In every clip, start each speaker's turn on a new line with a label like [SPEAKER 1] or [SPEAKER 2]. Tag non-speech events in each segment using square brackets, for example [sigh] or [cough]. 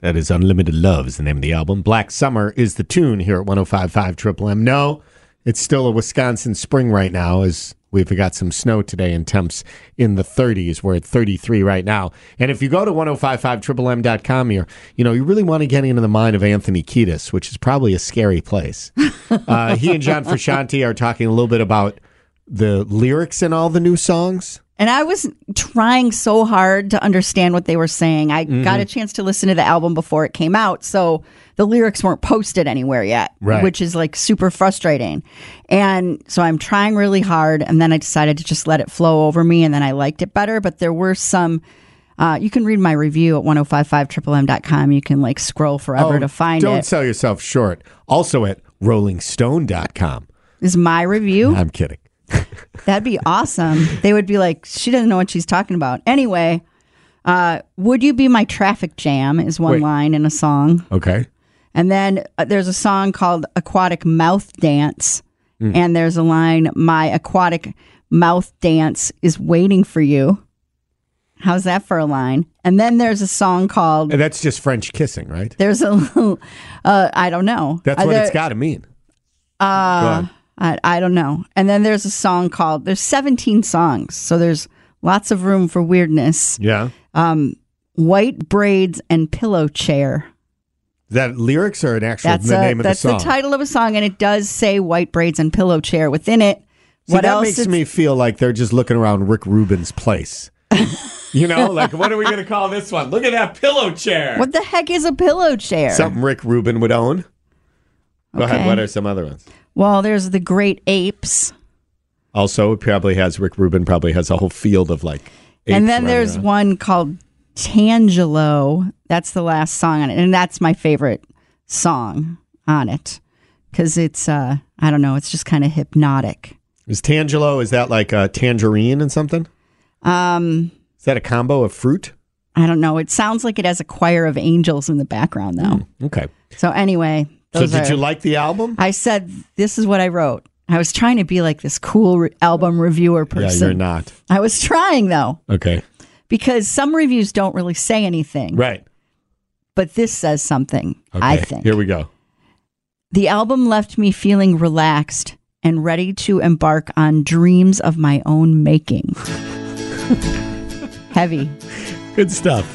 [SPEAKER 1] That is Unlimited Love is the name of the album. Black Summer is the tune here at 105.5 Triple M. No, it's still a Wisconsin spring right now as we've got some snow today and temps in the 30s. We're at 33 right now. And if you go to 1055triplem.com here, you know, you really want to get into the mind of Anthony Kiedis, which is probably a scary place. uh, he and John Frusciante are talking a little bit about the lyrics in all the new songs.
[SPEAKER 2] And I was trying so hard to understand what they were saying. I
[SPEAKER 1] Mm-hmm.
[SPEAKER 2] got a chance to listen to the album before it came out, so the lyrics weren't posted anywhere yet,
[SPEAKER 1] Right.
[SPEAKER 2] which is like super frustrating. And so I'm trying really hard, and then I decided to just let it flow over me, and then I liked it better. But there were some. Uh, you can read my review at 1055mmm.com. You can like scroll forever to find
[SPEAKER 1] Oh, don't
[SPEAKER 2] it.
[SPEAKER 1] sell yourself short. Also at rollingstone.com.
[SPEAKER 2] Is my review?
[SPEAKER 1] I'm kidding.
[SPEAKER 2] That'd be awesome. They would be like, she doesn't know what she's talking about. Anyway, uh, would you be my traffic jam is one
[SPEAKER 1] Wait.
[SPEAKER 2] line in a song.
[SPEAKER 1] Okay.
[SPEAKER 2] And then uh, there's a song called Aquatic Mouth Dance.
[SPEAKER 1] Hmm.
[SPEAKER 2] And there's a line, my aquatic mouth dance is waiting for you. How's that for a line? And then there's a song called,
[SPEAKER 1] And that's just French kissing, right?
[SPEAKER 2] there's a, [laughs] little- uh, I don't know.
[SPEAKER 1] That's
[SPEAKER 2] Uh,
[SPEAKER 1] what
[SPEAKER 2] there-
[SPEAKER 1] it's got to mean.
[SPEAKER 2] Uh,
[SPEAKER 1] Go
[SPEAKER 2] I, I don't know. And then there's a song called, there's 17 songs. So there's lots of room for weirdness.
[SPEAKER 1] Yeah. Is
[SPEAKER 2] White braids and pillow chair.
[SPEAKER 1] that lyrics or an actual
[SPEAKER 2] That's,
[SPEAKER 1] the
[SPEAKER 2] a,
[SPEAKER 1] name of
[SPEAKER 2] that's
[SPEAKER 1] the
[SPEAKER 2] the,
[SPEAKER 1] song?
[SPEAKER 2] title of a song. And it does say white braids and pillow chair within it.
[SPEAKER 1] See,
[SPEAKER 2] what
[SPEAKER 1] that
[SPEAKER 2] else?
[SPEAKER 1] makes
[SPEAKER 2] it's-
[SPEAKER 1] me feel like they're just looking around Rick Rubin's place. you
[SPEAKER 2] [laughs]
[SPEAKER 1] know, like what are we going to call this one? Look at that pillow chair.
[SPEAKER 2] what the heck is a pillow chair?
[SPEAKER 1] Something Rick Rubin would own. Go ahead.
[SPEAKER 2] Okay.
[SPEAKER 1] What are some other ones?
[SPEAKER 2] well, there's the great apes.
[SPEAKER 1] Also, it probably has Rick Rubin probably has a whole field of like. apes
[SPEAKER 2] and then
[SPEAKER 1] running
[SPEAKER 2] there's
[SPEAKER 1] around.
[SPEAKER 2] one called Tangelo. That's the last song on it, and that's my favorite song on it because it's uh I don't know, it's just kind of hypnotic.
[SPEAKER 1] Is Tangelo, is that like a tangerine and something?
[SPEAKER 2] Um,
[SPEAKER 1] Is that a combo of fruit?
[SPEAKER 2] I don't know. It sounds like it has a choir of angels in the background though.
[SPEAKER 1] Okay.
[SPEAKER 2] So anyway,
[SPEAKER 1] Hmm. So
[SPEAKER 2] those
[SPEAKER 1] did
[SPEAKER 2] are-
[SPEAKER 1] you like the album?
[SPEAKER 2] I said this is what I wrote. I was trying to be like this cool re- album reviewer person.
[SPEAKER 1] Yeah, you're not.
[SPEAKER 2] I was trying though
[SPEAKER 1] Okay.
[SPEAKER 2] because some reviews don't really say anything,
[SPEAKER 1] Right.
[SPEAKER 2] but this says something.
[SPEAKER 1] Okay.
[SPEAKER 2] I think.
[SPEAKER 1] Here we go.
[SPEAKER 2] The album left me feeling relaxed and ready to embark on dreams of my own making. [laughs] Heavy.
[SPEAKER 1] Good stuff.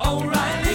[SPEAKER 3] oh, O'Reilly.